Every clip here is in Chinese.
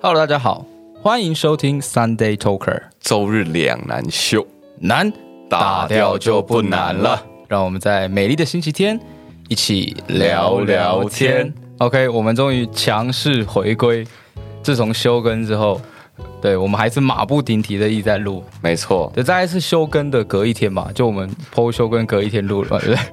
Hello，大家好，欢迎收听 Sunday Talker，周日两难秀，难打掉就不难了。让我们在美丽的星期天一起聊聊聊聊天天。 OK，我们终于强势回归，自从休更之后，对我们还是马不停蹄的一直在录。没错，对，大概是休更的隔一天吧，就我们 PO 休更隔一天录了 嘛，对不对？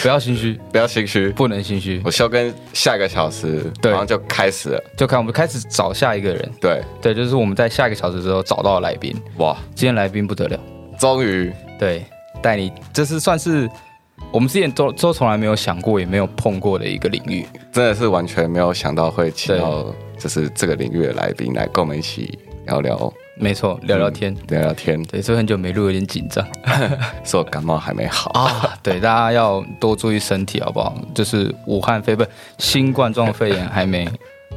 不要心虚，不要心虚。不能心虚，我休跟下个小时，对然后就开始了。就看我们开始找下一个人。对，对，就是我们在下一个小时之后找到的来宾，哇，今天来宾不得了。终于对，带你这是算是我们之前都都从来没有想过，也没有碰过的一个领域。真的是完全没有想到会请对到就是这个领域的来宾来跟我们一起聊聊嗯没错，聊聊天。聊聊天。对，所以很久没录，有点紧张是我感冒还没好，啊。对，大家要多注意身体，好不好？就是武汉肺不是新冠状肺炎还没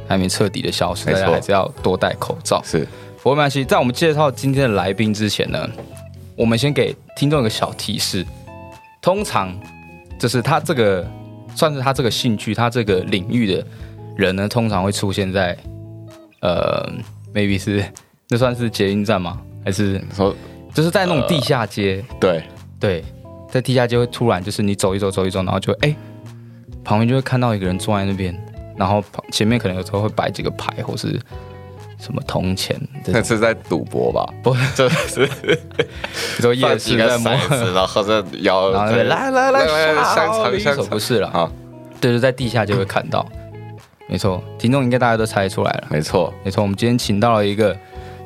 还没彻底的消失，没大错家还是要多戴口罩。是不过没关系，在我们介绍今天的来宾之前呢，我们先给听众一个小提示：通常就是他这个算是他这个兴趣、他这个领域的人呢，通常会出现在呃，maybe 是那算是捷运站吗？还是你说就是在那种地下街？对，对，在地下街会突然就是你走一走走一走，然后就哎、旁边就会看到一个人坐在那边，然后旁前面可能有时候会摆几个牌或是什么铜钱这种那是在赌博吧？不，就是比如说夜放几市个在摸，骰子，然后再摇，然后那边来来来来香肠来香肠香香肠肠不是啦，啊，对，就在地下就会看到。没错，听众应该大家都猜出来了。没错，没错，我们今天请到了一个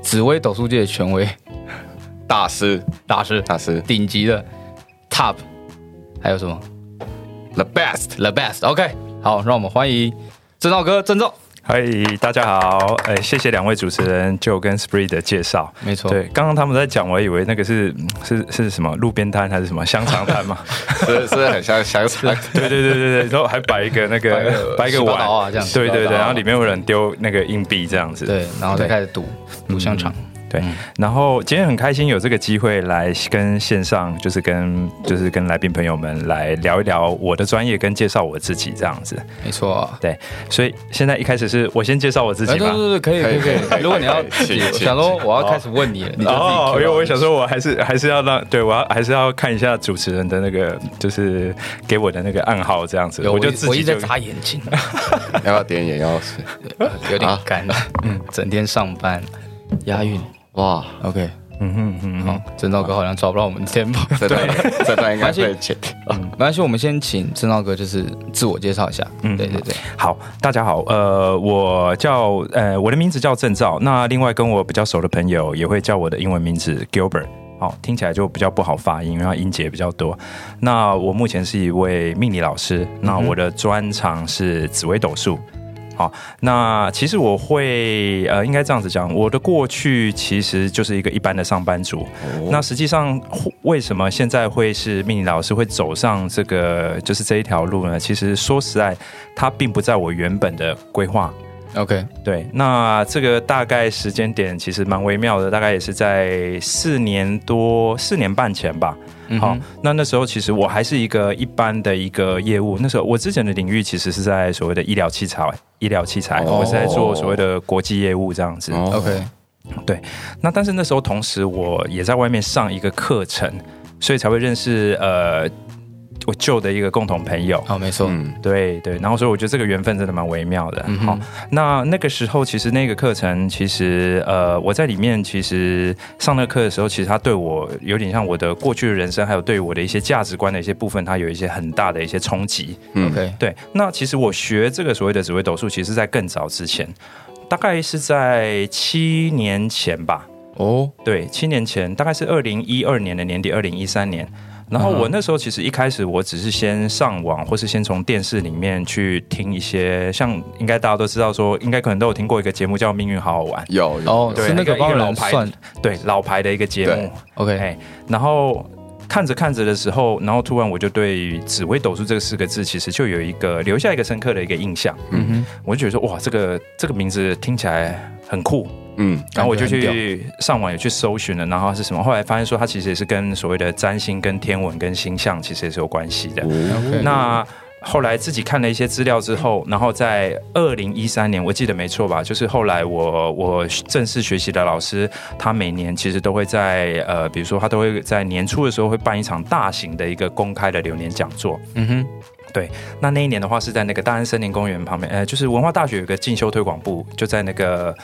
紫薇斗数界的权威大师大师，大师顶级的 top，还有什么 the best。 the best。OK，好，让我们欢迎郑兆哥，郑兆。嗨，大家好，哎、谢谢两位主持人就跟 Spree 的介绍。没错，对，刚刚他们在讲，我以为那个是嗯是是什么路边摊还是什么香肠摊嘛？是是很像 香肠，对对对对对，然后还摆一个那摆个个摆一个十八碗刀啊这样十对对八对，刀啊然后里面有人丢那个硬币这样子。对，然后再开始赌赌香肠。对，嗯然后今天很开心有这个机会来跟线上，就是跟就是跟来宾朋友们来聊一聊我的专业跟介绍我自己这样子。没错，对，所以现在一开始是我先介绍我自己哎对吗？对对，可以可以可以可可以。以如果你要可以自己请请想说我要开始问你了，你就自己 cue 哦，因为到我想说，我还是还是要让对我要还是要看一下主持人的那个，就是给我的那个暗号这样子，有我就自我一己直就在眨眼睛。要不要点眼药水？有点啊干，嗯，整天上班，押韵哇， ，OK，嗯哼嗯哼，好，郑道哥好像抓不到我们的 tempo，这段这段应该没会关嗯剪掉。嗯没关系，我们先请郑道哥就是自我介绍一下，嗯，对对对，好，大家好，呃，我叫呃我的名字叫郑照，那另外跟我比较熟的朋友也会叫我的英文名字 Gilbert。好，听起来就比较不好发音，因为它音节比较多。那我目前是一位命理老师，嗯那我的专长是紫微斗数。好，那其实我会呃，应该这样子讲，我的过去其实就是一个一般的上班族。那实际上为什么现在会是命理老师会走上这个就是这一条路呢？其实说实在，它并不在我原本的规划。 ，OK，对，那这个大概时间点其实蛮微妙的，大概也是在四年多、四年半前吧。嗯好哼，那那时候其实我还是一个一般的一个业务。那时候我之前的领域其实是在所谓的医疗器材，医疗器材，哦我是在做所谓的国际业务这样子。哦，OK，那但是那时候同时我也在外面上一个课程，所以才会认识呃我旧的一个共同朋友。好，没错，嗯，对对，然后所以我觉得这个缘分真的蛮微妙的。嗯好、哼那那个时候其实那个课程，其实呃我在里面其实上那个课的时候，其实他对我有点像我的过去的人生，还有对我的一些价值观的一些部分，它有一些很大的一些冲击。嗯，OK，对，那其实我学这个所谓的紫微斗数，其实在更早之前，大概是在七年前吧。哦，对，七年前大概是二零一二年的年底，二零一三年。然后我那时候其实一开始我只是先上网，或是先从电视里面去听一些，像应该大家都知道说，应该可能都有听过一个节目叫《命运好好玩》，有哦有，对是那个一个一帮个人老牌算对，老牌的一个节目对。 ，OK，哎，然后看着看着的时候，然后突然我就对于紫微斗数这四个字，其实就有一个留下一个深刻的一个印象。嗯我就觉得说，哇，这个这个名字听起来很酷，嗯，然后我就感觉很去上网也去搜寻了，然后它是什么？后来发现说嗯哦它其实也是跟所谓的占星、跟天文、跟星象其实也是有关系的。哼，OK，那后来自己看了一些资料之后，然后在二零一三年，我记得没错吧？就是后来我我正式学习的老师，他每年其实都会在呃，比如说他都会在年初的时候会办一场大型的一个公开的流年讲座。嗯哼，那那一年的话是在那个大安森林公园旁边，呃，就是文化大学有个进修推广部，就在那个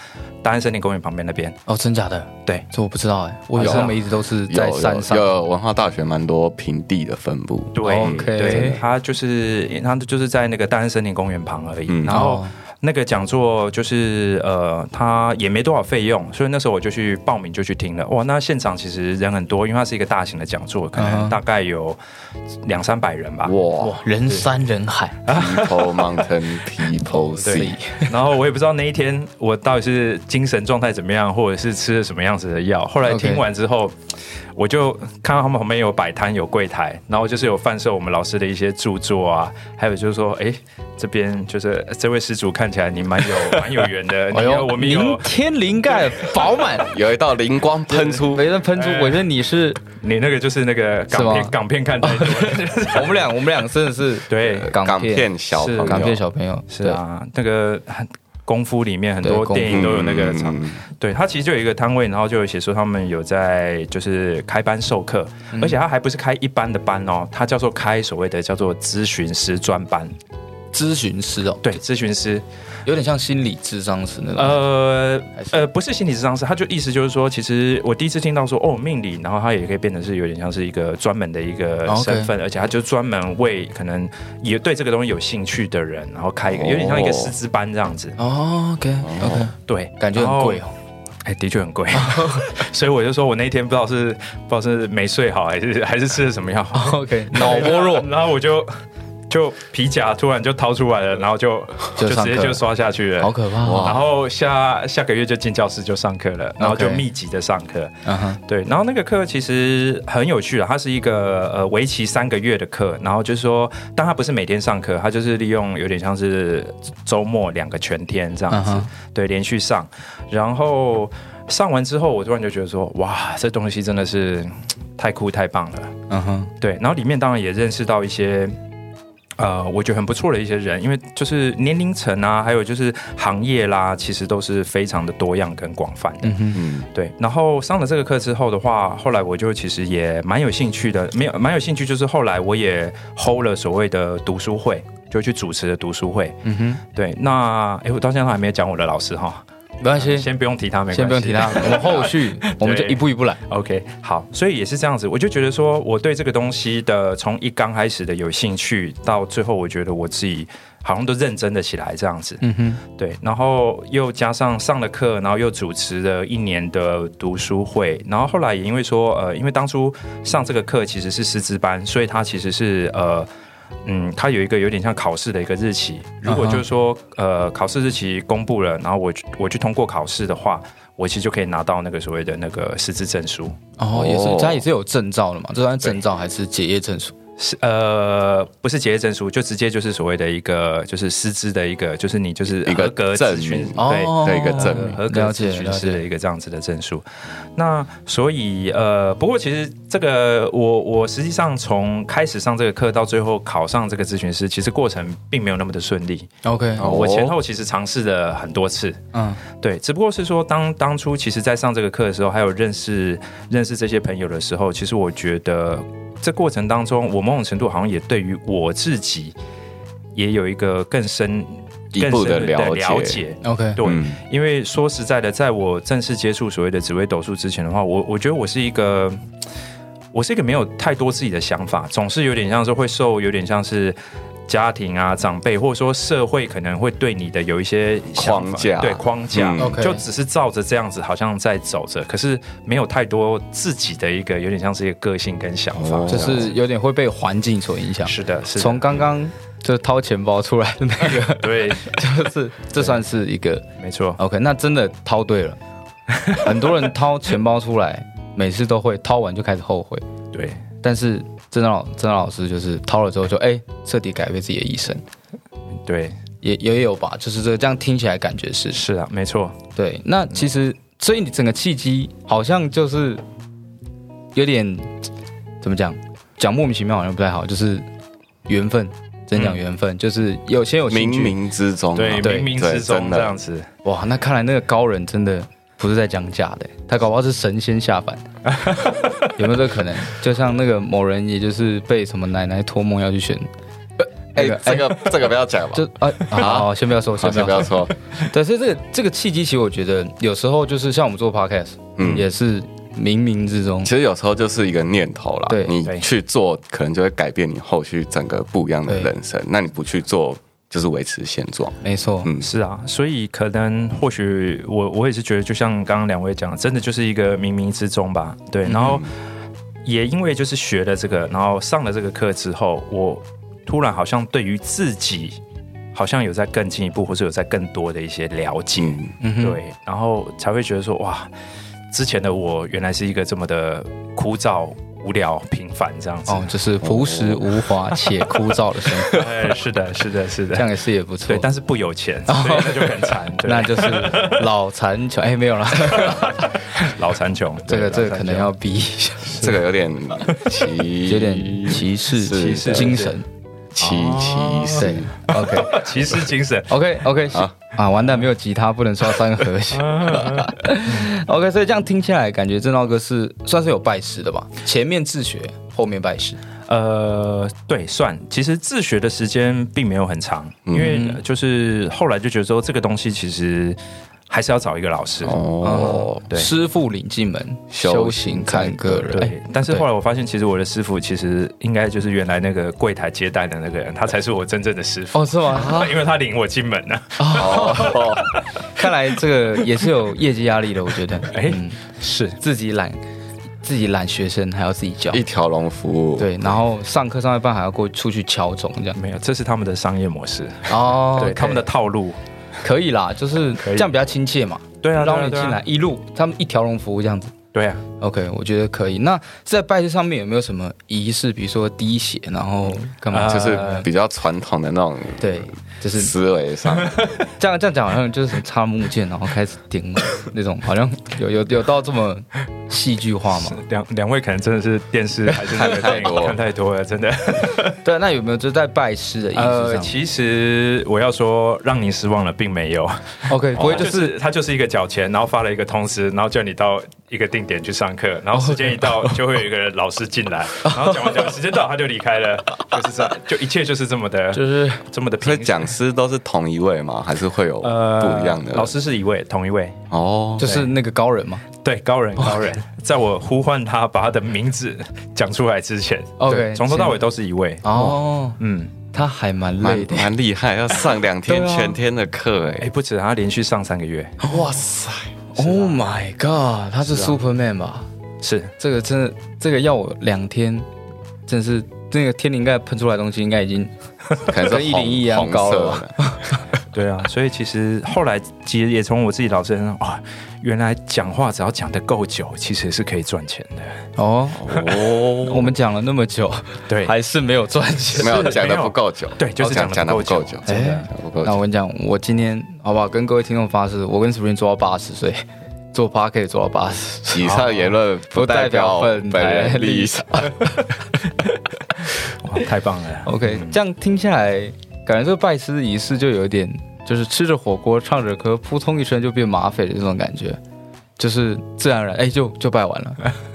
大安森林公园旁边那边。哦，真假的？对，哦啊这我不知道哎，我以为好像他们一直都是在有山上有。有文化大学蛮多平地的分布，嗯对 OK 对，他就是他就是在那个大安森林公园旁而已。嗯然后哦那个讲座就是呃，他也没多少费用，所以那时候我就去报名就去听了。哇，那现场其实人很多，因为它是一个大型的讲座，可嗯能哼大概有两三百人吧。哇哇，人山人海， ，People Mountain People 所 Sea，以 然后我也不知道那一天我到底是精神状态怎么样，或者是吃了什么样子的药。后来 OK 听完之后我就看到他们旁边有摆摊、有柜台，然后就是有贩售我们老师的一些著作啊，还有就是说，哎，这边就是呃这位施主看起来你蛮有蛮有缘 的，哎哎你有我们明有天灵盖饱满， 有一道灵光喷出，没人喷出哎。我觉得你 是你那个就是那个是港吗片港片看太多 了，我们俩，我们俩真的是对港片片小朋是友，港片小朋友，是啊，那个功夫里面很多对功夫电影都有那个场嗯对，它其实就有一个摊位，然后就有写说他们有在就是开班授课，嗯而且它还不是开一般的班哦，它叫做开所谓的叫做咨询师专班。对咨询师哦，对，咨询师，有点像心理智商师那种。呃还是呃，不是心理智商师，他就意思就是说，其实我第一次听到说哦命理，然后它也可以变成是有点像是一个专门的一个哦 OK 身份，而且他就专门为可能也对这个东西有兴趣的人，然后开一个有点像一个哦师资班这样子。哦，OK OK，对，感觉很贵哦。哦。 哎，的确很贵，所以我就说我那一天不知道是不知道是没睡好，还是还是吃了什么药，，哦 OK，脑波弱然后我就就皮夹突然就掏出来了，然后就就就上直课接就刷下去了好。可怕然哦。后下下个月就进教室就上课了，然后就密集的上课。 嗯哼，对，然后那个课其实很有趣啊，它是一个呃为期三个月的课，然后就是说，但它不是每天上课，它就是利用有点像是周末两个全天这样子嗯哼对，连续上，然后上完之后，我突然就觉得说，哇，这东西真的是太酷太棒了，嗯哼，对，然后里面当然也认识到一些。呃，我觉得很不错的一些人，因为就是年龄层啊，还有就是行业啦，其实都是非常的多样跟广泛的。嗯哼，嗯，对，然后上了这个课之后的话，后来我就其实也蛮有兴趣的，没有蛮有兴趣，就是后来我也 hold 了所谓的读书会，就去主持的读书会。嗯哼，对，那哎，我到现在还没有讲我的老师哈，没关系，啊先不用提他，没关系，先不用提他，我们后 续我们就一步一步来。 OK，好，所以也是这样子，我就觉得说，我对这个东西的从一刚开始的有兴趣，到最后我觉得我自己好像都认真的起来这样子，嗯哼，对，然后又加上上了课，然后又主持了一年的读书会，然后后来也因为说，呃，因为当初上这个课其实是师资班，所以它其实是呃。嗯，它有一个有点像考试的一个日期。如果就是说，呃，考试日期公布了，然后我去我去通过考试的话，我其实就可以拿到那个所谓的那个师资证书。哦，也是哦，他也是有证照的嘛，这算证照还是结业证书？是呃，不是结业证书，就直接就是所谓的一个就是师资的一个，就是你就是一个合格证咨询明对。哦，对一个证明合格了咨解询了师的解。一个这样子的证书，那所以呃，不过其实这个我我实际上从开始上这个课到最后考上这个咨询师，其实过程并没有那么的顺利。 OK，哦我前后其实尝试了很多次，嗯，对，只不过是说当当初其实，在上这个课的时候，还有认识认识这些朋友的时候，其实我觉得这过程当中，我某种程度好像也对于我自己也有一个更深一步的更深入了的解了解。 OK，对，啊嗯因为说实在的，在我正式接触所谓的紫微斗数之前的话，我我觉得我是一个，我是一个没有太多自己的想法，总是有点像是会受，有点像是。家庭啊，长辈或者说社会可能会对你的有一些想法框架对框架，嗯 OK 就只是照着这样子，好像在走着，可是没有太多自己的一个，有点像是一个个性跟想法，哦就这样是有点会被环境所影响。是啊的，是的从刚刚就是掏钱包出来的那个， 对，就是这算是一个没错， OK。那真的掏对了，很多人掏钱包出来，每次都会掏完就开始后悔。对，但是郑老郑老师就是掏了之后就哎彻底改变自己的一生，对，也也有吧，就是这这样听起来感觉是是啊，没错，对。那其实所以你整个契机好像就是有点怎么讲，讲莫名其妙好像不太好，就是缘分。真讲缘分，就是有先有冥兴趣冥之中啊，对，对冥冥对之中真这的样子，哇，那看来那个高人真的不是在讲假的，他搞不好是神仙下凡，有没有这可能？就像那个某人，也就是被什么奶奶托梦要去选，哎那个，这个这个不要讲吧，就啊，好，先不要说，好先不先要不说要。说，对，所以这个这个契机，其实我觉得有时候就是像我们做 podcast，嗯，也是冥冥之中其，实有时候就是一个念头啦，对你对去做，可能就会改变你后续整个不一样的对人生。那你不去做，就是维持现状。没错，嗯，是啊，所以可能或许我我也是觉得，就像刚刚两位讲，真的就是一个冥冥之中吧。嗯对，然后也因为就是学了这个，然后上了这个课之后，我突然好像对于自己好像有在更进一步，或是有在更多的一些了解。嗯，嗯哼，对，然后才会觉得说哇，之前的我原来是一个这么的枯燥、无聊、平凡这样子。哦，就是朴实无华且枯燥的生活，哎， 是的，是的，是这样的。也是也不错对，。但是不有钱，所以那就很惨。对那就是老残穷，哎，没有啦， 老残穷，这个对这个老残可能穷要逼一下，这个有点 奇，有点歧视是的精神，奇奇 对是， ，OK。 骑士精神 OK OK 好啊，完蛋，没有吉他不能刷三个和弦。OK，所以这样听起来，感觉正道哥是算是有拜师的吧？前面自学，后面拜师。呃，对，算。其实自学的时间并没有很长，嗯因为呃就是后来就觉得说这个东西其实还是要找一个老师。哦，对师傅领进门，修修行看个人。哎对，但是对后来我发现，其实我的师傅其实应该就是原来那个柜台接待的那个人，他才是我真正的师傅，哦，是吗？因为他领我进门啊呢、哦，看来这个也是有业绩压力的，我觉得。哎嗯，是自己懒，自己懒学生，还要自己教。 一条龙服务，对，然后上课上一半还要过出去敲钟这样。没有，这是他们的商业模式，哦，对 OK 他们的套路。可以啦，就是可以这样比较亲切嘛。对啊，对啊捞你对啊进来，一路他们一条龙服务这样子。对啊， OK，我觉得可以。那在拜师上面有没有什么仪式？比如说滴血，然后干嘛？啊就是比较传统的那种对，就是思 维上，这样这样讲，好像就是什么插木剑，然后开始点那种，好像有有有到这么戏剧化吗？两两位可能真的是电视还是那个电看太影多看太多了，真的。 对，那有没有就是在拜师的仪式呃，上、其实我要说让您失望了，并没有， o k 不会就、就是是他就是一个缴钱，然后发了一个通知，然后叫你到一个定点去上课，哦然后时间一到就会有一个老师进 来，然后讲完讲完时间到他就离开了，就是这样，就一切就是这么的，就是这么的所以平常。讲师都是同一位吗？还是会有不一样的老师是一位，同一位，哦，呃就是那个高人嘛。对高人哦高人，在我呼唤他把他的名字讲出来之前 OK，对从头到尾都是一位，哦，嗯，他还蛮啊蛮累的。蛮厉害，要上两 天对啊全天的课哎哎，，不止他连续上三个月，哇塞， Oh my god，他是啊 Superman 吧？是这个真的，这个要我两天，真的是那个天灵盖喷出来的东西，应该已经可能跟是101红一样红高啊色了吧的。对啊，所以其实后来其实也从我自己老师身上哇，原来讲话只要讲得够久，其实是可以赚钱的。哦。哦，我们讲了那么久，对，还是没有赚钱。 没有是讲没的有不够久，对就是哦讲得讲的不不够够久，久真的哎讲得不够那我久。跟你讲，我今天好不好？跟各位听众发誓，我跟 Spring 做到八十岁，做 p a r k 做到八十，以上言论不不代代表表本本台人立立场场。哇，太 棒了。 OK，这样听下来，感觉这个拜师仪式就有点，就是吃着火锅唱着歌，扑通一声就变马匪的这种感觉，就是自然而然，哎，就就拜完了。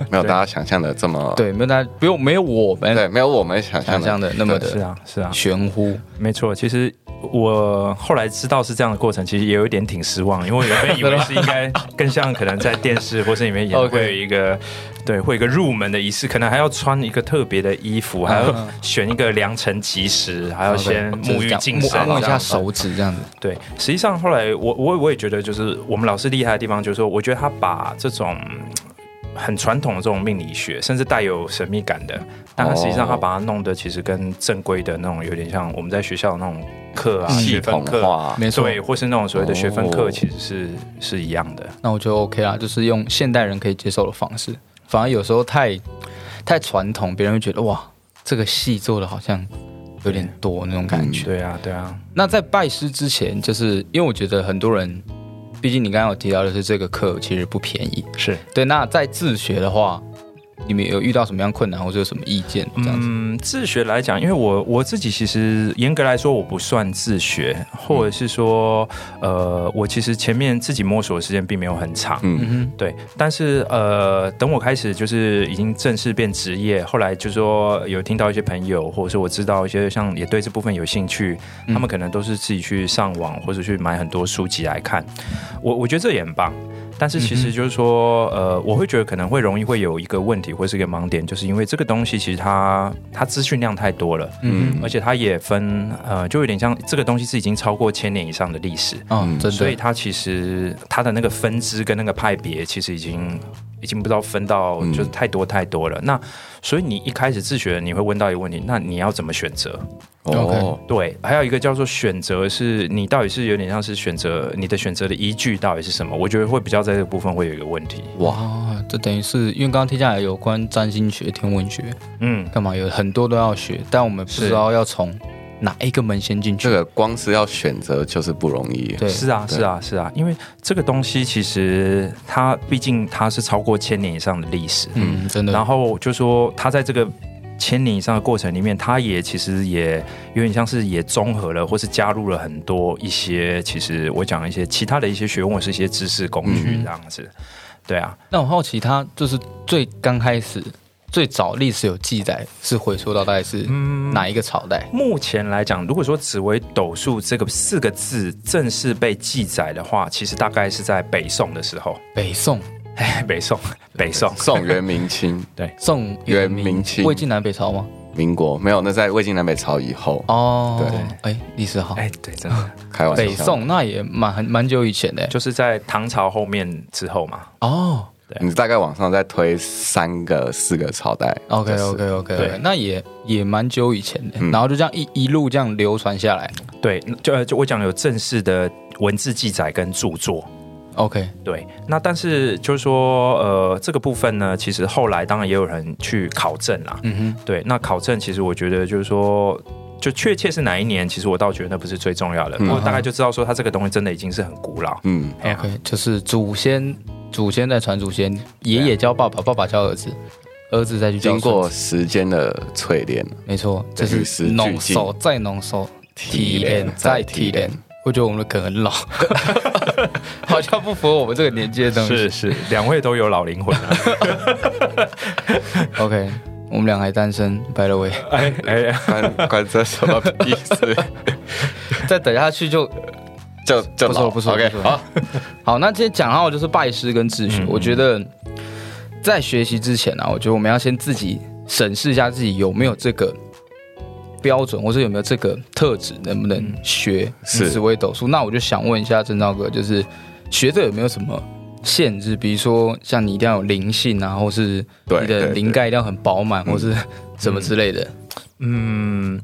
没有大家想象的这么对，没有大家不用，没有我们对，没有我们想象想象的的那么是的啊，是啊，玄乎。没错。其实我后来知道是这样的过程，其实也有一点挺失望，因为我原本以为是应 该更像可能在电视或是里面演 OK 会有一个对，会有一个入门的仪式，可能还要穿一个特别的衣服，还嗯要选一个良辰吉时，还要先沐浴净身，摸一这下样子手指这样子。对，实际上后来我我我也觉得，就是我们老师厉害的地方，就是说，我觉得他把这种嗯很传统的这种命理学，甚至带有神秘感的，但他实际哦上他把它弄得其实跟正规的那种有点像我们在学校的那种课啊、系学统分课，化，没错，对，或是那种所谓的学分课，哦其实是是一样的。那我觉得 OK 啦，就是用现代人可以接受的方式。反而有时候太太传统，别人会觉得哇，这个戏做的好像有点多那种感觉。对啊，对啊，那在拜师之前，就是因为我觉得很多人，毕竟你刚刚有提到，就是这个课其实不便宜。是对，那在自学的话，你们有遇到什么样困难，或者有什么意见这样子？嗯，自学来讲，因为我我自己其实严格来说我不算自学，嗯或者是说，呃，我其实前面自己摸索的时间并没有很长，嗯哼，对。但是呃，等我开始就是已经正式变职业，后来就说有听到一些朋友，或者是我知道一些像也对这部分有兴趣，他嗯们可能都是自己去上网或者去买很多书籍来看。我我觉得这也很棒。但是其嗯实就是说，呃，我会觉得可能会容易会有一个问题，或是一个盲点，就是因为这个东西其实它它资讯量太多了，嗯而且它也分呃，就有点像这个东西是已经超过千年以上的历史，嗯，真所以的，它其实它的那个分支跟那个派别其实已经已经不知道分到嗯就是太多太多了。那所以你一开始自学，你会问到一个问题，那你要怎么选择？哦，对，还有一个叫做选择，是你到底是有点像是选择你的选择的依据到底是什么？我觉得会比较在这个部分会有一个问题。哇，哇，这等于是因为刚刚听下来有关占星学、天文学嗯，干嘛有很多都要学，但我们不是知道要从哪一个门先进去。这个光是要选择就是不容易。对，是啊，对是啊，是啊，因为这个东西其实它毕竟它是超过千年以上的历史，嗯，真的，然后就说它在这个。千年以上的过程里面，它也其实也有点像是也综合了，或是加入了很多一些，其实我讲一些其他的一些学问，或是一些知识工具嗯这样子。对啊，那我好奇，他就是最刚开始、最早历史有记载是回溯到大概是哪一个朝代？目前来讲，如果说紫微斗数这个四个字正式被记载的话，其实大概是在北宋的时候。北宋、哎， 北宋，北宋，宋元明清，宋、元明清魏晋南北朝吗？民国没有，那在魏晋南北朝以后，哦，对，哎，历史好。哎，对，真的开玩笑。北宋那也蛮蛮久以前的就是在唐朝后面之后嘛。哦。你大概往上再推三个、四个朝代。 OK 就是 OK OK，, 对那也也蛮久以前的，然后就这样一一路这样流传下来。对，就呃就我讲有正式的文字记载跟著作。 OK，对，那但是就是说，呃，这个部分呢，其实后来当然也有人去考证啦。嗯哼，对，那考证其实我觉得就是说，就确切是哪一年，其实我倒觉得那不是最重要的，不过大概就知道说它这个东西真的已经是很古老。嗯，嗯哎呀 OK，就是祖先祖先在传祖先，爷爷教爸爸，爸爸教儿子，儿子再去教孙经子。过时间的淬炼，没错，这与是时俱浓进缩再浓缩，提提炼炼再再提提炼炼。我觉得我们的梗很老，好像不符合我们这个年纪的东西。是是，两位都有老灵魂 啊！ OK，我们俩还单身，by the way，哎哎，关关这什么意思？再等下去就就就不错老不错 OK，不错好，好。那今天讲到就是拜师跟自学，嗯我觉得在学习之前啊，我觉得我们要先自己审视一下自己有没有这个。标准，或者有没有这个特质，能不能学是紫微斗数？那我就想问一下郑兆哥，就是学这有没有什么限制？比如说，像你一定要有灵性啊，或是对你的对灵感一定要很饱满，或是什么之类的。嗯，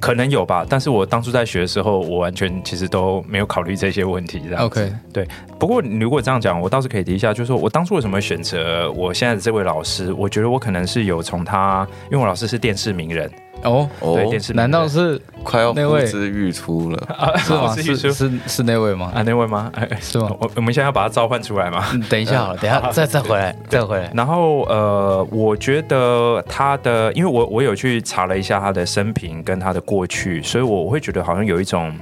可能有吧，但是我当初在学的时候，我完全其实都没有考虑这些问题。这样 OK，不过你如果这样讲，我倒是可以提一下，就是说我当初为什么选择我现在的这位老师？我觉得我可能是有从他，因为我老师是电视名人，哦，对哦电，视名难人，道是快要那呼位之欲出了，是吗？是玉是书是是那位吗？啊那位吗？ 哎，哎是吗？我我们现在要把他召唤出来吗？ 嗯等一下好了，等一下再再回来，再回来。然后呃，我觉得他的，因为我我有去查了一下他的生平跟他的过去，所以我会觉得好像有一种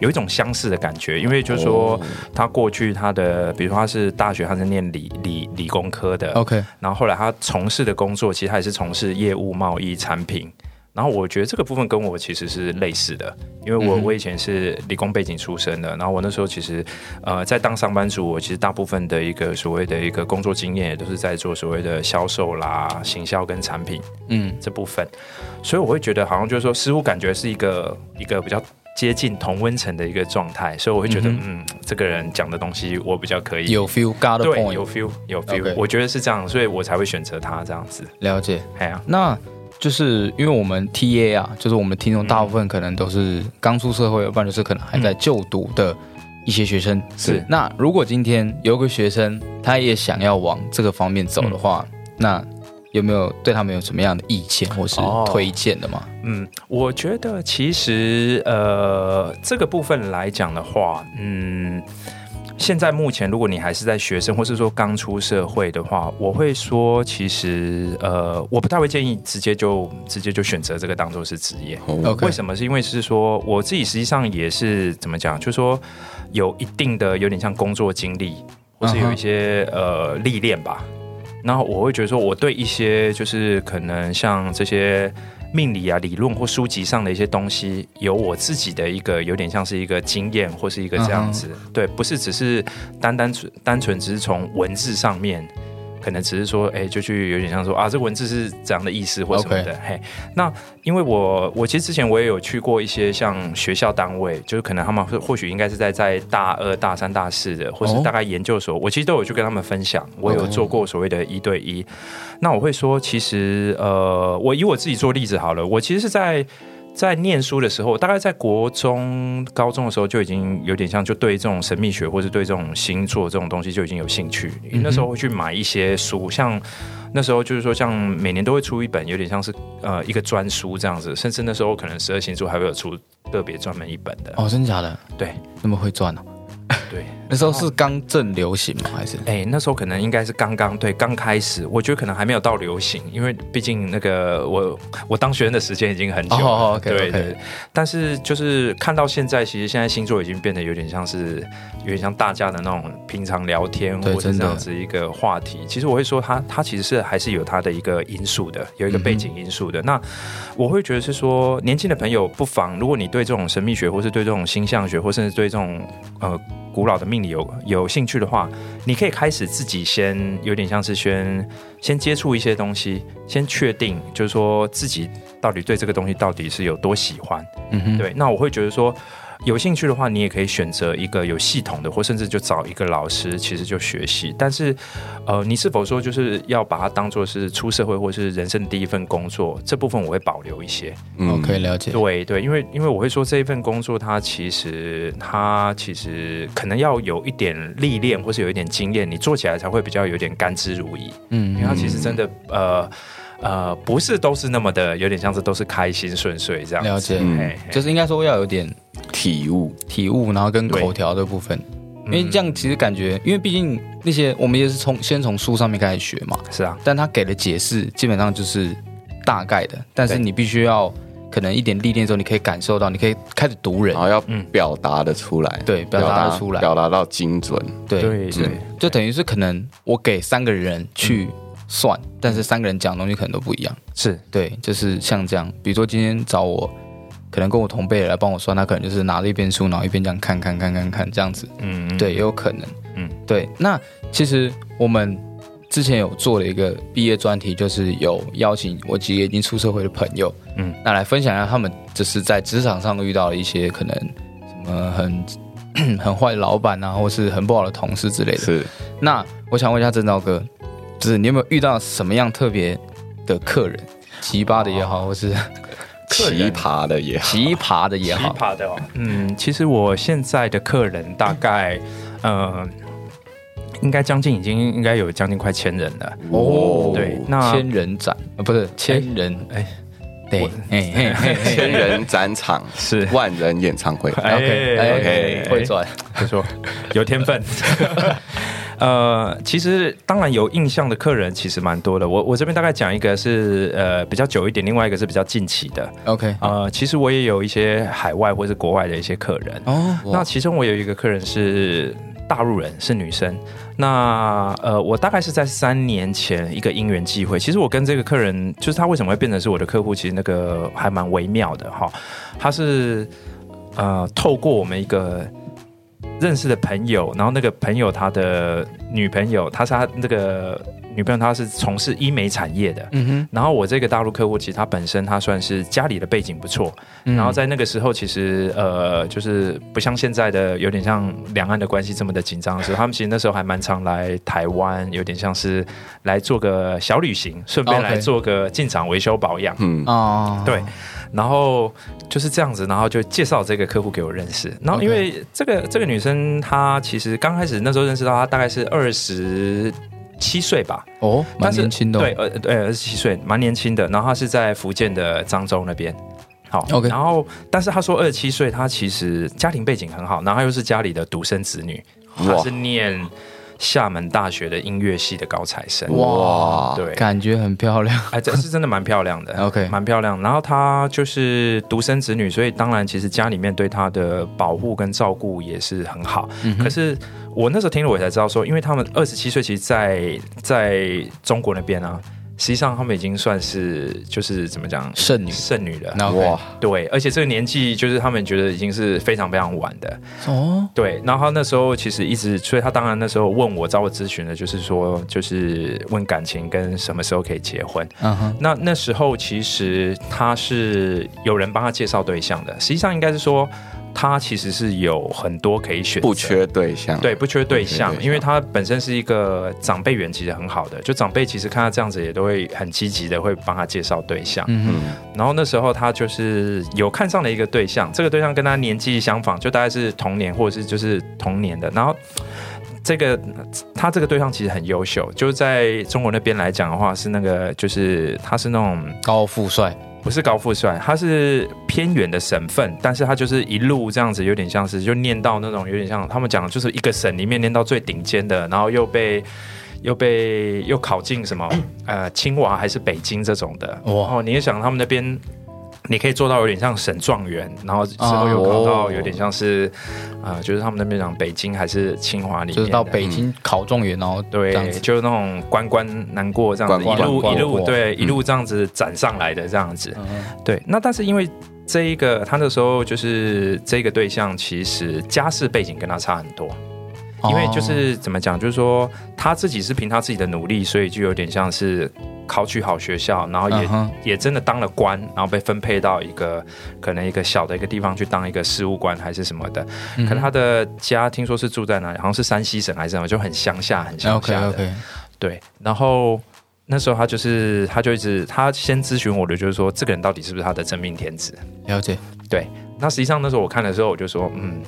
有一种相似的感觉，因为就是说哦他过去他的，比如说他是大学他是念理理理工科的 OK，然后后来他从事的工作其实他也是从事业务、贸易、产品。然后我觉得这个部分跟我其实是类似的，因为我、嗯哼我以前是理工背景出身的，然后我那时候其实呃在当上班族，我其实大部分的一个所谓的一个工作经验也都是在做所谓的销售啦、行销跟产品嗯，这部分，所以我会觉得好像就是说，似乎感觉是一个一个比较接近同温层的一个状态，所以我会觉得嗯嗯这个人讲的东西我比较可以有 feel got a 对，有 point， feel，有 feel，、 OK 我觉得是这样，所以我才会选择他这样子。了解。哎呀、那就是因为我们 TA 啊，就是我们听嗯众大部分可能都是刚出社会，要不然就是可能还在就读的一些学生。是那如果今天有个学生他也想要往这个方面走的话，嗯那有没有对他们有什么样的意见或是哦推荐的吗？嗯，我觉得其实呃，这个部分来讲的话，嗯，现在目前，如果你还是在学生，或是说刚出社会的话，我会说，其实呃，我不太会建议直接就直接就选择这个当做是职业。哦 OK 为什么？是因为是说我自己实际上也是怎么讲，就是说有一定的有点像工作经历，或是有一些、呃历练吧。然后我会觉得说，我对一些就是可能像这些命理啊、理论或书籍上的一些东西，有我自己的一个有点像是一个经验或是一个这样子。对，不是只是单单纯单纯只是从文字上面。可能只是说，哎、就去有点像说啊，这文字是怎样的意思或什么的嘿，那因为我我其实之前我也有去过一些像学校单位，就是可能他们或或许应该是在在大二、大三、大四的，或是哦大概研究所，我其实都有去跟他们分享，我有做过所谓的一对一。那我会说，其实呃，我以我自己做例子好了，我其实是在。在念书的时候，大概在国中、高中的时候就已经有点像，就对这种神秘学或是对这种星座这种东西就已经有兴趣。因为那时候会去买一些书，像那时候就是说，像每年都会出一本，有点像是呃一个专书这样子，甚至那时候可能十二星座还会有出特别专门一本的。哦，真的假的？对那么会赚哦？对， 那时候是刚正流行吗？还是哎、那时候可能应该是刚刚对刚开始，我觉得可能还没有到流行，因为毕竟那个我我当学生的时间已经很久了，哦哦，OK，对 OK 对。但是就是看到现在，其实现在星座已经变得有点像是有点像大家的那种平常聊天对或者真这的样子一个话题。其实我会说它，它其实是还是有它的一个因素的，有一个背景因素嗯的。那我会觉得是说，年轻的朋友不妨，如果你对这种神秘学，或是对这种星象学，或甚至对这种呃古老的命理有有兴趣的话，你可以开始自己先有点像是先先接触一些东西，先确定，就是说自己到底对这个东西到底是有多喜欢。嗯哼，对，那我会觉得说，有兴趣的话，你也可以选择一个有系统的，或甚至就找一个老师，其实就学习。但是，呃，你是否说就是要把它当做是出社会或是人生第一份工作？这部分我会保留一些。嗯哦，可以了解。对对，因为因为我会说这一份工作，它其实它其实可能要有一点历练，或是有一点经验，你做起来才会比较有点甘之如饴。因为嗯，它其实真的呃呃不是都是那么的，有点像是都是开心顺遂这样。了解，嗯嘿嘿就是应该说要有点体悟，体悟，然后跟对嗯口条这部分，因为这样其实感觉，因为毕竟那些我们也是从先从书上面开始学嘛，是啊，但他给的解释基本上就是大概的，但是对你必须要可能一点历练之后，你可以感受到，你可以开始读人然，后要嗯表达的出来，对表达得出来表达到精准，对嗯对就对就等于是可能我给三个人去嗯算，但是三个人讲的东西可能都不一样。是对，就是像这样，比如说今天找我，可能跟我同辈的来帮我算，他可能就是拿着一边书，然后一边这样看看看看看这样子，嗯对，也有可能，嗯，对。那其实我们之前有做了一个毕业专题，就是有邀请我几个已经出社会的朋友，嗯，那来分享一下他们就是在职场上遇到的一些可能什么很很 坏的老板啊，或是很不好的同事之类的。是那我想问一下郑兆哥，就是你有没有遇到什么样特别的客人，奇葩的也哦好，或是客人奇葩的也好，奇葩的也 奇好，葩的哦。嗯，其实我现在的客人大概呃。应该将近已经应该有将近快千人了，哦对，那千人展啊，不是千人，哎哎对我，嘿嘿嘿嘿千人展场是万人演唱会，哎，OK，哎哎，哎会转，不错，有天 分。呃，其实当然有印象的客人其实蛮多的。我我这边大概讲一个是呃比较久一点，另外一个是比较近期的。 ，OK，呃，其实我也有一些海外或是国外的一些客人。哦，哇那其中我有一个客人是大陆人，是女生。那呃，我大概是在三年前一个因缘际会，其实我跟这个客人，就是他为什么会变成是我的客户，其实那个还蛮微妙的哈。他是呃透过我们一个。认识的朋友，然后那个朋友他的女朋友，她是他那个女朋友，她是从事医美产业的。嗯然后我这个大陆客户，其实他本身他算是家里的背景不错，哼，嗯然后在那个时候，其实呃，就是不像现在的有点像两岸的关系这么的紧张的时候，他们其实那时候还蛮常来台湾，有点像是来做个小旅行，顺便 OK 来做个进厂维修保养。嗯， 啊，对，然后就是这样子，然后就介绍这个客户给我认识。然后因为这个这个女生她其实刚开始那时候认识到她大概是二十七岁吧，哦，蛮但是年轻的哦，对，呃对，二十七岁，蛮年轻的。然后他是在福建的漳州那边。好 OK 然后但是他说二十七岁，他其实家庭背景很好，然后他又是家里的独生子女，他是念厦门大学的音乐系的高材生。哇，对感觉很漂亮。 哎，这是真的蛮漂亮的 OK 蛮漂亮。然后她就是独生子女，所以当然其实家里面对她的保护跟照顾也是很好。嗯可是我那时候听了我才知道说，因为他们二十七岁，其实在在中国那边啊，实际上他们已经算是就是怎么讲剩女剩女了。那哇，对，而且这个年纪就是他们觉得已经是非常非常晚的。哦，对，然后他那时候其实一直，所以他当然那时候问我找我咨询的，就是说，就是问感情跟什么时候可以结婚。嗯哼，那那时候其实他是有人帮他介绍对象的，实际上应该是说他其实是有很多可以选择，不缺对象，对不缺对不缺象对，象因为他本身是一个长辈缘其实很好的，就长辈其实看他这样子也都会很积极的会帮他介绍对象。嗯哼，嗯，然后那时候他就是有看上了一个对象，这个对象跟他年纪相仿，就大概是同年或者是就是同年的。然后这个他这个对象其实很优秀，就是在中国那边来讲的话，是那个就是他是那种高富帅，不是高富帅，他是偏远的省份，但是他就是一路这样子，有点像是就念到那种有点像他们讲的就是一个省里面念到最顶尖的，然后又被又被又考 进什么呃清华还是北京这种的，哇哇！你也想他们那边。你可以做到有点像省状元，然后之后又考哦到有点像是，啊、就是他们那边讲北京还是清华里面的，就是到北京考状元，然后嗯对这样，子就是那种关关难过这样子，关一关路难过一路对嗯一路这样子攒上来的这样子。嗯对，那但是因为这一个他那时候就是这个对象，其实家世背景跟他差很多，哼因为就是怎么讲，就是说他自己是凭他自己的努力，所以就有点像是考取好学校，然后也、嗯哼也真的当了官，然后被分配到一个可能一个小的一个地方去当一个事务官还是什么的。嗯哼可能他的家听说是住在哪里，好像是山西省还是什么，就很乡下，很乡 OK 下的。 OK，对，然后那时候他就是，他就一直，他先咨询我的，就是说这个人到底是不是他的真命天子？了解，那实际上那时候我看的时候，我就说，嗯，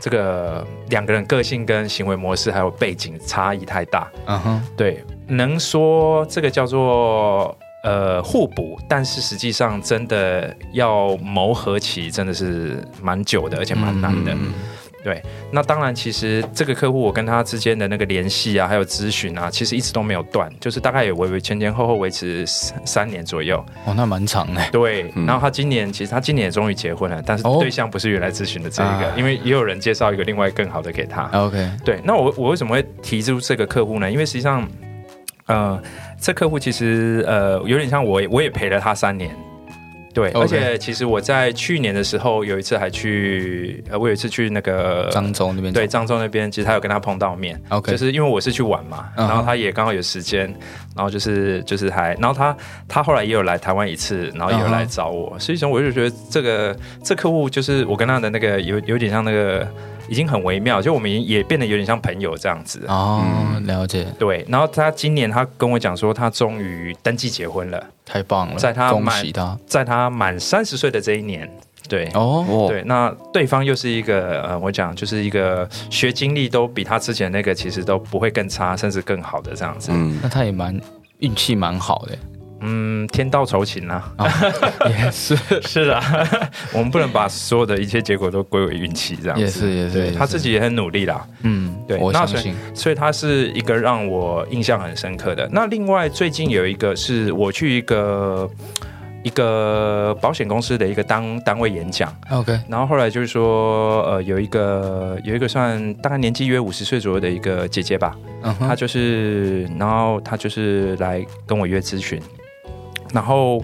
这个两个人个性跟行为模式还有背景差异太大，嗯哼，对，能说这个叫做呃互补，但是实际上真的要磨合期真的是蛮久的，而且蛮难的。嗯对，那当然，其实这个客户我跟他之间的那个联系啊，还有咨询啊，其实一直都没有断，就是大概也维维前前后后维持三三年左右。哦，那蛮长 的，对，嗯然后他今年其实他今年也终于结婚了，但是哦对象不是原来咨询的这一个，啊因为也有人介绍一个另外更好的给他。 OK，对，那我我为什么会提出这个客户呢？因为实际上，呃，这客户其实呃有点像我，我也陪了他三年。对 OK 而且其实我在去年的时候有一次还去，呃，我有一次去那个漳州那边对漳州那边，其实他有跟他碰到面， OK，就是因为我是去玩嘛，嗯哼然后他也刚好有时间，然后就是就是还，然后他他后来也有来台湾一次，然后也有来找我，所以说我就觉得这个这客户就是我跟他的那个有有点像那个已经很微妙，就我们已经也变得有点像朋友这样子。嗯哦，了解，对，然后他今年他跟我讲说，他终于登记结婚了，太棒了，在他恭满喜他在他满三十岁的这一年，对，哦，哇，对，那对方又是一个呃，我讲就是一个学经历都比他之前那个其实都不会更差，甚至更好的这样子。嗯，那他也蛮运气蛮好 的，嗯，天道酬勤啊，也是 是啊， 我们不能把所有的一切结果都归为运气这样子。也是也是对也是他自己也很努力啦，嗯，对我那相所以信所以他是一个让我印象很深刻的。那另外最近有一个是我去一个一个保险公司的一个单单位演讲， OK，然后后来就是说，呃，有一个有一个算大概年纪约五十岁左右的一个姐姐吧，嗯她哼，就是，然后她就是来跟我约咨询，然后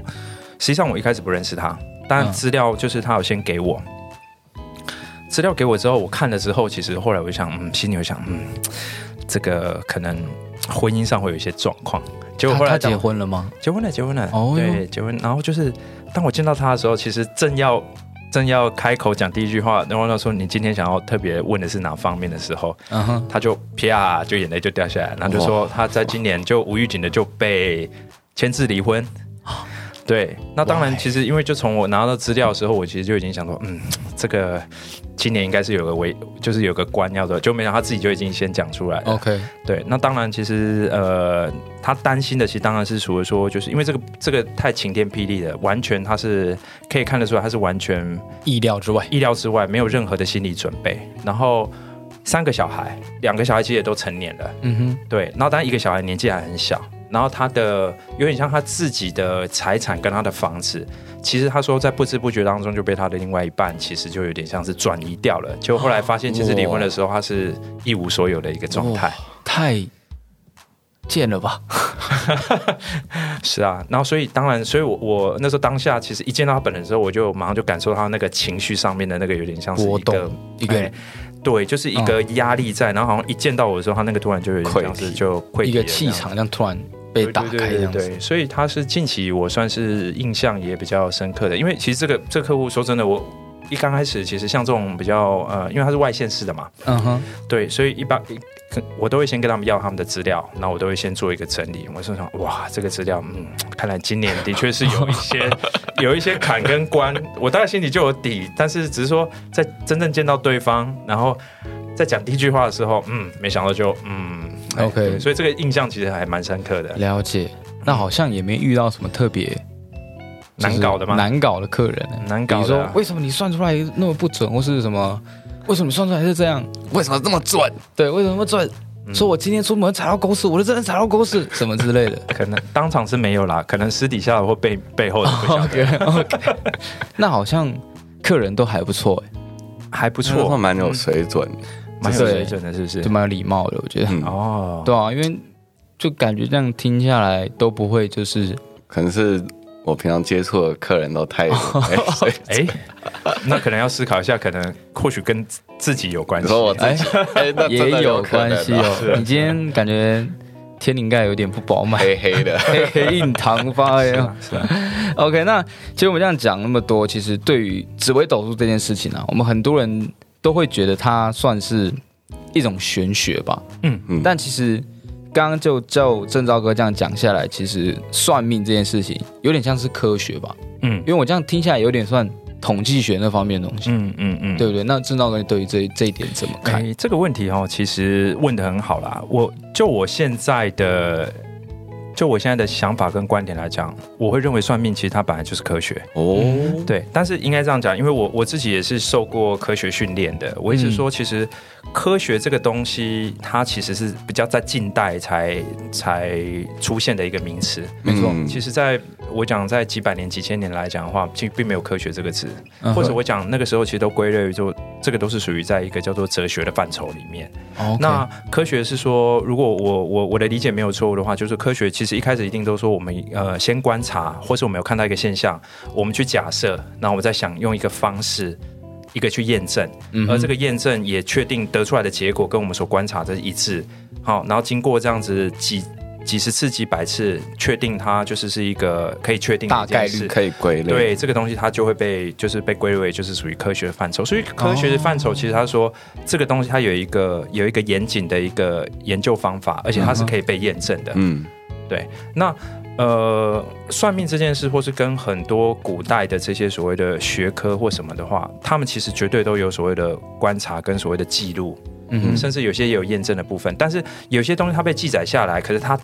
实际上我一开始不认识她，但嗯资料就是她有先给我。资料给我之后，我看了之后，其实后来我就想，嗯，心里会想，嗯，这个可能婚姻上会有一些状况。结果后他来他讲结婚了吗？结婚了，结婚了，哦哟对，结婚。然后就是当我见到他的时候，其实正要正要开口讲第一句话，然后他说你今天想要特别问的是哪方面的时候，嗯哼，他就啪就眼泪就掉下来，然后就说他在今年就无预警的就被签字离婚。对，那当然， Why？其实因为就从我拿到资料的时候，我其实就已经想说，嗯，这个今年应该是有个危，就是有个关要的，就没想到他自己就已经先讲出来了。 OK，对，那当然，其实呃，他担心的其实当然是除了说，就是因为这个这个太晴天霹雳了，完全他是可以看得出来，他是完全意料之外，意料之外，没有任何的心理准备。然后三个小孩，两个小孩其实也都成年了，嗯哼，对。然后当然一个小孩年纪还很小，然后他的有点像他自己的财产跟他的房子，其实他说在不知不觉当中就被他的另外一半其实就有点像是转移掉了，就后来发现其实离婚的时候他是一无所有的一个状态。哎太贱了吧？是啊，然后所以当然，所以我我那时候当下其实一见到他本人的时候，我就马上就感受到他那个情绪上面的那个有点像是一波个动一个嗯哎对，就是一个压力在，然后好像一见到我的时候，他那个突然就有点像溃是堤就溃堤一个了气这样场这样突然被打开对对这对样对子，对，所以他是近期我算是印象也比较深刻的，因为其实这个这个客户说真的，我一刚开始其实像这种比较呃，因为他是外县市的嘛，嗯哼，对，所以一般一我都会先跟他们要他们的资料，然后我都会先做一个整理。我就想，哇，这个资料，嗯，看来今年的确是有一些有一些坎跟关，我大概心里就有底。但是只是说，在真正见到对方，然后在讲第一句话的时候，嗯，没想到就嗯 OK 对所以这个印象其实还蛮深刻的，了解。那好像也没遇到什么特别难搞的吗？难搞的客人，难比搞如的说啊、为什么你算出来那么不准，或是什么？为什么你算出来是这样？为什么这么准？对，为什么那么准？说我今天出门踩到狗屎，我就真的踩到狗屎，什么之类的。可能当场是没有啦，可能私底下或背背后的 不晓得 OK OK，那好像客人都还不错、欸，还不错，错，蛮有水准的。蛮有哦对水准的，是不是就？蛮有礼貌的，我觉得。嗯，哦，对啊，因为就感觉这样听下来都不会 就是可能是我平常接触的客人都太哎所以哎，那可能要思考一下，可能或许跟自己有关你系。说我自己哎，那真的也有可能关啊系 哦。你今天感觉天灵盖有点不饱满， 黑黑的。黑黑印堂发是呀啊。 是啊 OK，那其实我们这样讲那么多，其实对于紫微斗数这件事情啊，我们很多人都会觉得它算是一种玄学吧。嗯嗯但其实刚刚就就郑昭哥这样讲下来，其实算命这件事情有点像是科学吧，嗯因为我这样听下来有点算统计学那方面的东西，嗯嗯嗯，对不对？那郑昭哥对于这这一点怎么看？哎，这个问题哦，其实问的很好啦。我就我现在的，就我现在的想法跟观点来讲，我会认为算命其实它本来就是科学。哦，对，但是应该这样讲，因为我我自己也是受过科学训练的。我一直说，其实科学这个东西，它其实是比较在近代才才出现的一个名词。没错嗯其实在，我讲在几百年、几千年来讲的话，其实并没有科学这个词，嗯哎或者我讲那个时候其实都归类于就这个都是属于在一个叫做哲学的范畴里面。 OK，那科学是说，如果我我我的理解没有错误的话，就是科学其实一开始一定都说我们呃先观察，或是我们有看到一个现象，我们去假设，那我们再想用一个方式。一个去验证，嗯而这个验证也确定得出来的结果跟我们所观察的一致。好，然后经过这样子几几十次、几百次，确定它就是是一个可以确定的大一件概率事可以归类。，对这个东西，它就会被就是被归类为就是属于科学的范畴。所以科学的范畴，其实他说、这个东西它有一个有一个严谨的一个研究方法，而且它是可以被验证的。嗯，那呃，算命这件事，或是跟很多古代的这些所谓的学科或什么的话，他们其实绝对都有所谓的观察跟所谓的记录，嗯甚至有些也有验证的部分。但是有些东西它被记载下来，可是它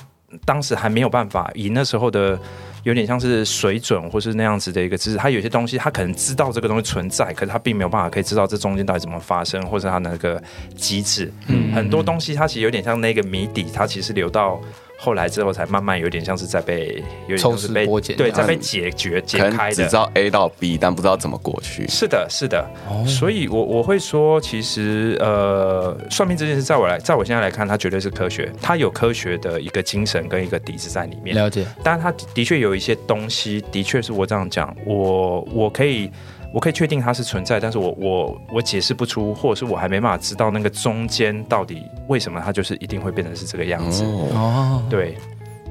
当时还没有办法以那时候的有点像是水准或是那样子的一个知识，他有些东西他可能知道这个东西存在，可是他并没有办法可以知道这中间到底怎么发生，或是它那个机制。嗯很多东西它其实有点像那个谜底，它其实留到。后来之后才慢慢有点像是在被有点像是被抽丝剥茧对，这样在被解决解可开能只的知。道 A 到 B，但不知道怎么过去。是的，是的，所以我我会说，其实呃，算命这件事，在我来，在我现在来看，它绝对是科学，它有科学的一个精神跟一个底子在里面。了解，但它的确有一些东西，的确是我这样讲，我我可以我可以确定它是存在，但是我我我解释不出，或者是我还没办法知道那个中间到底为什么它就是一定会变成是这个样子。哦，哦，对，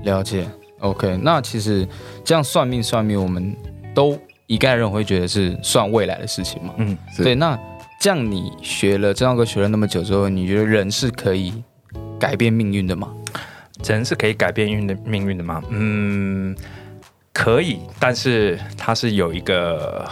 了解。OK，那其实这样算命算命，我们都一概认为觉得是算未来的事情嘛。嗯，是对，那这样你学了郑耀哥学了那么久之后，你觉得人是可以改变命运的吗？人是可以改变运的命运的吗？嗯，可以，但是它是有一个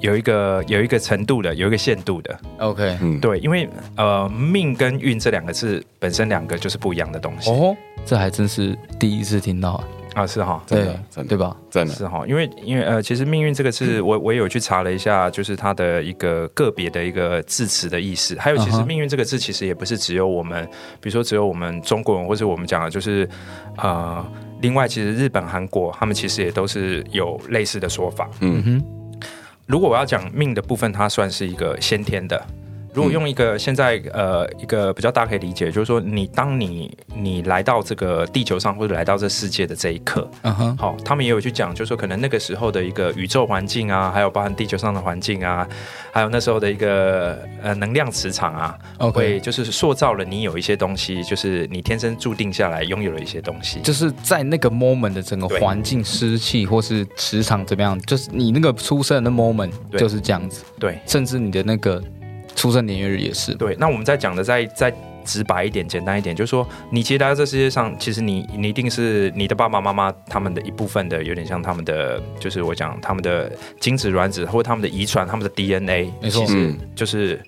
有一个有一个程度的，有一个限度的。 OK，嗯，对，因为呃，命跟哦运这两个字本身两个就是不一样的东西。哦，这还真是第一次听到啊。啊，是哈，真对的真的对吧？真的是哈，因为因为呃，其实命运这个是我我也有去查了一下，就是它的一个个别的一个字词的意思。还有，其嗯实哼命运这个字其实也不是只有我们，比如说只有我们中国人，或是我们讲的就是呃，另外其实日本、韩国他们其实也都是有类似的说法。嗯哼，如果我要讲命的部分，它算是一个先天的。嗯如果用一个现在呃一个比较大家可以理解，就是说你当你你来到这个地球上或者来到这世界的这一刻，嗯哼，好，他们也有去讲，就是说可能那个时候的一个宇宙环境啊，还有包含地球上的环境啊，还有那时候的一个呃能量磁场啊，会 OK，就是塑造了你有一些东西，就是你天生注定下来拥有了一些东西。就是在那个 moment 的整个对环境、湿气或是磁场怎么样，就是你那个出生的那 moment 对就是这样子，对甚至你的那个出生年月日也是。对，那我们再讲的再再直白一点、简单一点，就是说你其实来到这世界上，其实你你一定是你的爸爸妈妈他们的一部分的，有点像他们的，就是我讲他们的精子、卵子或他们的遗传、他们的 DNA，没错其实嗯就是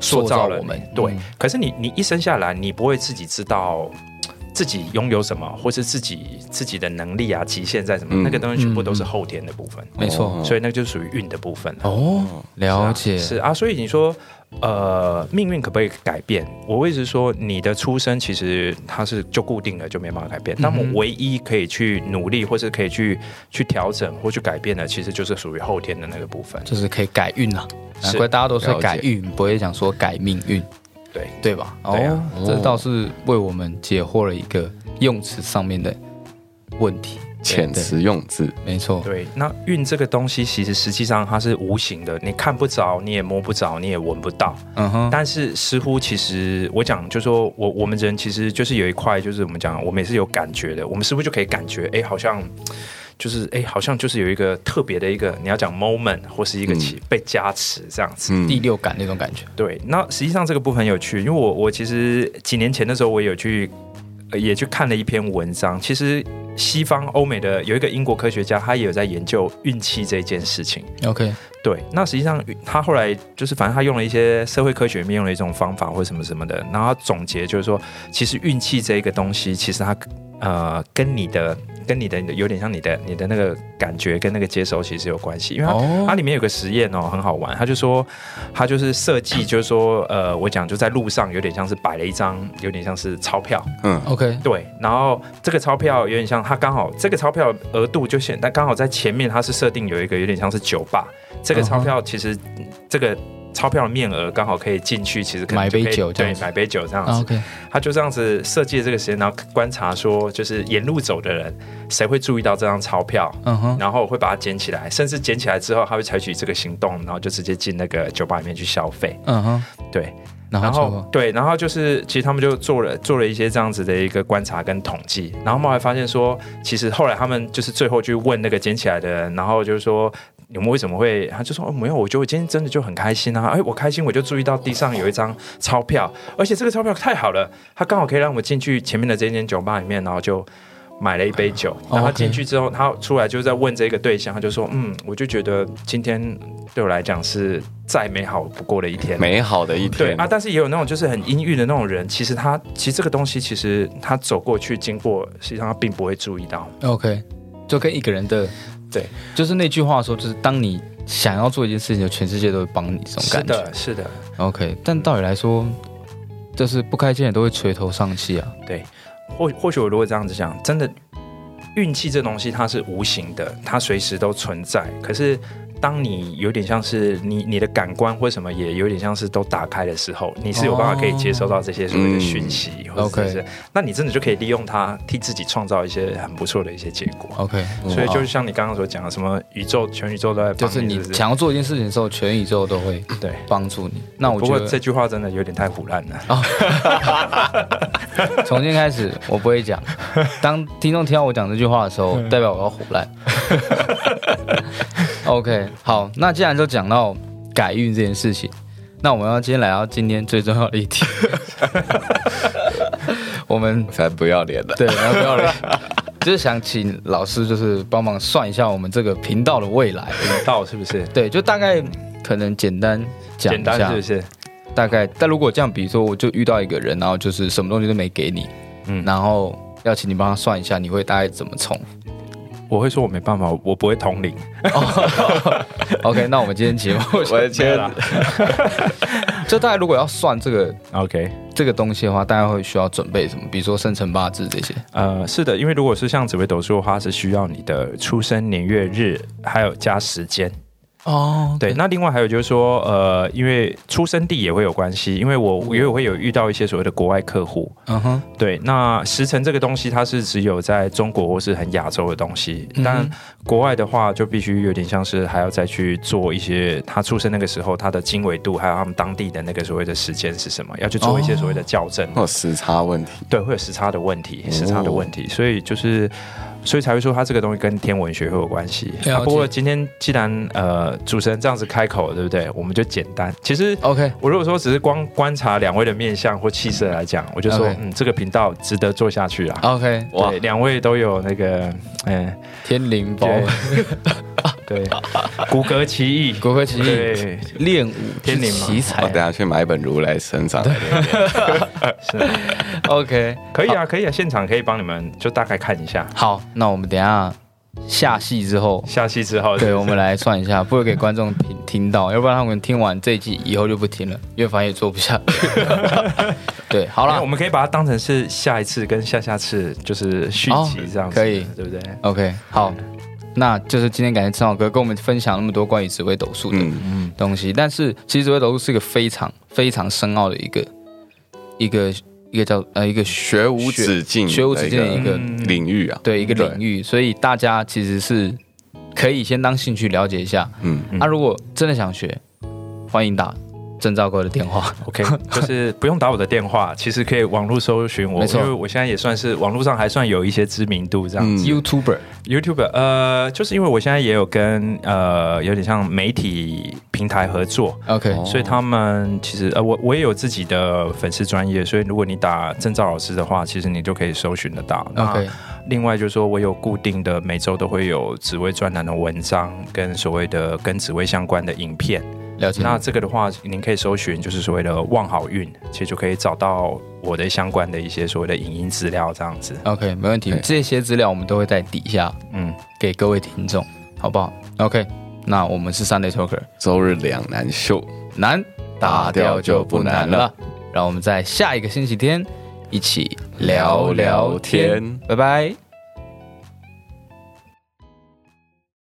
塑造了塑造我们你对，嗯可是你你一生下来，你不会自己知道。自己拥有什么，或是自己自己的能力啊，极限在什么，嗯那个东西全部都嗯是后天的部分，没错哦所以那个就属于运的部分了。啊哦，了解是啊是啊，所以你说，呃，命运可不可以改变？我一直说，你的出生其实它是就固定了，就没办法改变。那么嗯哼唯一可以去努力，或是可以去去调整或去改变的，其实就是属于后天的那个部分。就是可以改运啊，难是怪大家都说了解改运，不会讲说改命运，对对吧？对啊哦，这倒是为我们解惑了一个用词上面的问题。遣词用字，没错，对，那运这个东西，其实实际上它是无形的，你看不着，你也摸不着，你也闻不到。嗯哼，但是似乎其实我讲，就说我我们人其实就是有一块，就是我们讲，我们也是有感觉的，我们似乎就可以感觉，哎，好像就是哎，好像就是有一个特别的一个，你要讲 moment 或是一个起、被加持这样子。第嗯，六感那种感觉。对，那实际上这个部分很有趣，因为我我其实几年前的时候，我有去、呃也去看了一篇文章，其实。西方欧美的有一个英国科学家，他也有在研究运气这件事情。 OK，对，那实际上他后来就是，反正他用了一些社会科学里面用了一种方法或什么什么的，然后他总结就是说，其实运气这一个东西，其实它呃跟你的跟你的有点像你的你的那个感觉跟那个接收其实有关系，因为它、哦它里面有个实验哦，很好玩，他就说他就是设计，就是说呃，我讲就在路上有点像是摆了一张，有点像是钞票，嗯， ，OK，对，然后这个钞票有点像，它刚好这个钞票额度就显，但刚好在前面它是设定有一个有点像是酒吧，这个钞票其实、嗯这个钞票的面额刚好可以进去，其实可能买就杯可以酒这对样，子买杯酒这样啊子， ，OK，他就这样子设计这个时间，然后观察说，就是沿路走的人谁会注意到这张钞票。嗯哼，然后会把它捡起来，甚至捡起来之后，他会采取这个行动，然后就直接进那个酒吧里面去消费。嗯哼，对，然后然结后果对，然后就是其实他们就做了做了一些这样子的一个观察跟统计，然后后来发现说，其实后来他们就是最后去问那个捡起来的人，然后就是说。你们为什么会？他就说哦，没有，我觉得我今天真的就很开心啊！哎，我开心，我就注意到地上有一张钞票，而且这个钞票太好了，它刚好可以让我进去前面的这间酒吧里面，然后就买了一杯酒。然后 OK 进去之后，他出来就在问这个对象，他就说嗯，我就觉得今天对我来讲是再美好不过的一天了。美好的一对天啊，，但是也有那种就是很阴郁的那种人，其实他其实这个东西，其实他走过去经过，实际上他并不会注意到。 OK，就跟一个人的对，就是那句话说，就是当你想要做一件事情，全世界都会帮你这种是感觉。的，是的， OK，但道理来说，就是不开心也都会垂头丧气啊。或或许我如果这样子讲，真的运气这东西它是无形的，它随时都存在。可是当你有点像是你你的感官或什么也有点像是都打开的时候，你是有办法可以接收到这些所谓的讯息，嗯或者是、那你真的就可以利用它替自己创造一些很不错的一些结果。 OK，所以哇就像你刚刚所讲的，什么宇宙全宇宙都在哦就帮是你不想要做一件事情的时候，全宇宙都 会对。帮助你。那我不觉过得哦这句话真的有点太胡乱了。从今天开始，我不会 讲。当听众听到我讲这句话的时嗯候，代表我要胡 乱。OK，好，那既然都讲到改运这件事情，那我们要今天来到今天最重要的一 题。我们才不要脸的，对，然后不要脸，就是想请老师就是帮忙算一下我们这个频道的未来。频道是不是？对，就大概可能简单讲简一单下是不，是？大概。但如果这样，比如说我就遇到一个人，然后就是什么东西都没给你，嗯 然后要请你帮他算一下，你会大概怎么冲？我会说我没办法，我不会统领。 OK，那我们今天节目 我的天，就大家如果要算这个 OK，这个东西的话，大家会需要准备什么？比如说生辰八字这些。呃，是的，因为如果是像紫微斗数的话，是需要你的出生年月日，还有加时间。哦，对，那另外还有就是说，呃，因为出生地也会有关系，因为我因为我会有遇到一些所谓的国外客户，嗯哼，对，那时辰这个东西，它是只有在中国或是很亚洲的东西，嗯哼但国外的话就必须有点像是还要再去做一些他出生那个时候他的经纬度，还有他们当地的那个所谓的时间是什么，要去做一些所哦谓的校正，会有时差问题，对，会有时差的问题，时差的问题，哦所以就是。所以才会说它这个东西跟天文学会有关系。解啊不过今天既然呃主持人这样子开口，对不对？我们就简单。其实 OK，我如果说只是光观察两位的面相或气色来讲，我就说 OK 哦嗯，这个频道值得做下去啊。 OK，哇对，两位都有那个，嗯，天灵包、对，对，骨骼奇异， 骨骼奇异对，练武天灵之嘛奇我等才。下去买一本《如来神掌》是 OK，可以啊，可以啊，现场可以帮你们就大概看一下，好，那我们等一下下戏之后，下期之后，对我们来算一下，不会给观众听听到，要不然他们听完这一季以后就不听了，因为反正也做不下。对，好好了 哎我们可以把它当成是下一次跟下下次就是续集这样哦子，可以对不对？ ，OK，好，那就是今天感谢郑浩哥跟我们分享那么多关于紫微斗数的嗯，东西，但是其实紫微斗数是一个非常非常深奥的一个一个一个叫呃一个学学无止境，学无止境的一个领域啊，对一个对领域，所以大家其实是可以先当兴趣了解一下。嗯，那、如果真的想学，欢迎打郑兆哥的电话。 OK，就是不用打我的电话，其实可以网络搜寻我，没错因为我现在也算是网络上还算有一些知名度这样嗯嗯子。 YouTuber， YouTube 呃，就是因为我现在也有跟呃有点像媒体平台合作。 OK，、哦所以他们其实呃，我我也有自己的粉丝专业，所以如果你打郑照老师的话，其实你就可以搜寻得到。那 OK，另外就是说我有固定的每周都会有紫薇专栏的文章，跟所谓的跟紫薇相关的影片。了解。那这个的话，您可以搜寻就是所谓的“望好运”，其实就可以找到我的相关的一些所谓的影音资料这样子。 OK，没问题。对这些资料我们都会在底下嗯，给各位听众，好不好？OK，那我们是 Sunday Talker，周日两难秀，难打打掉掉就就不不难难了了。让我们在下一个星期天一起聊聊天，聊聊天拜拜。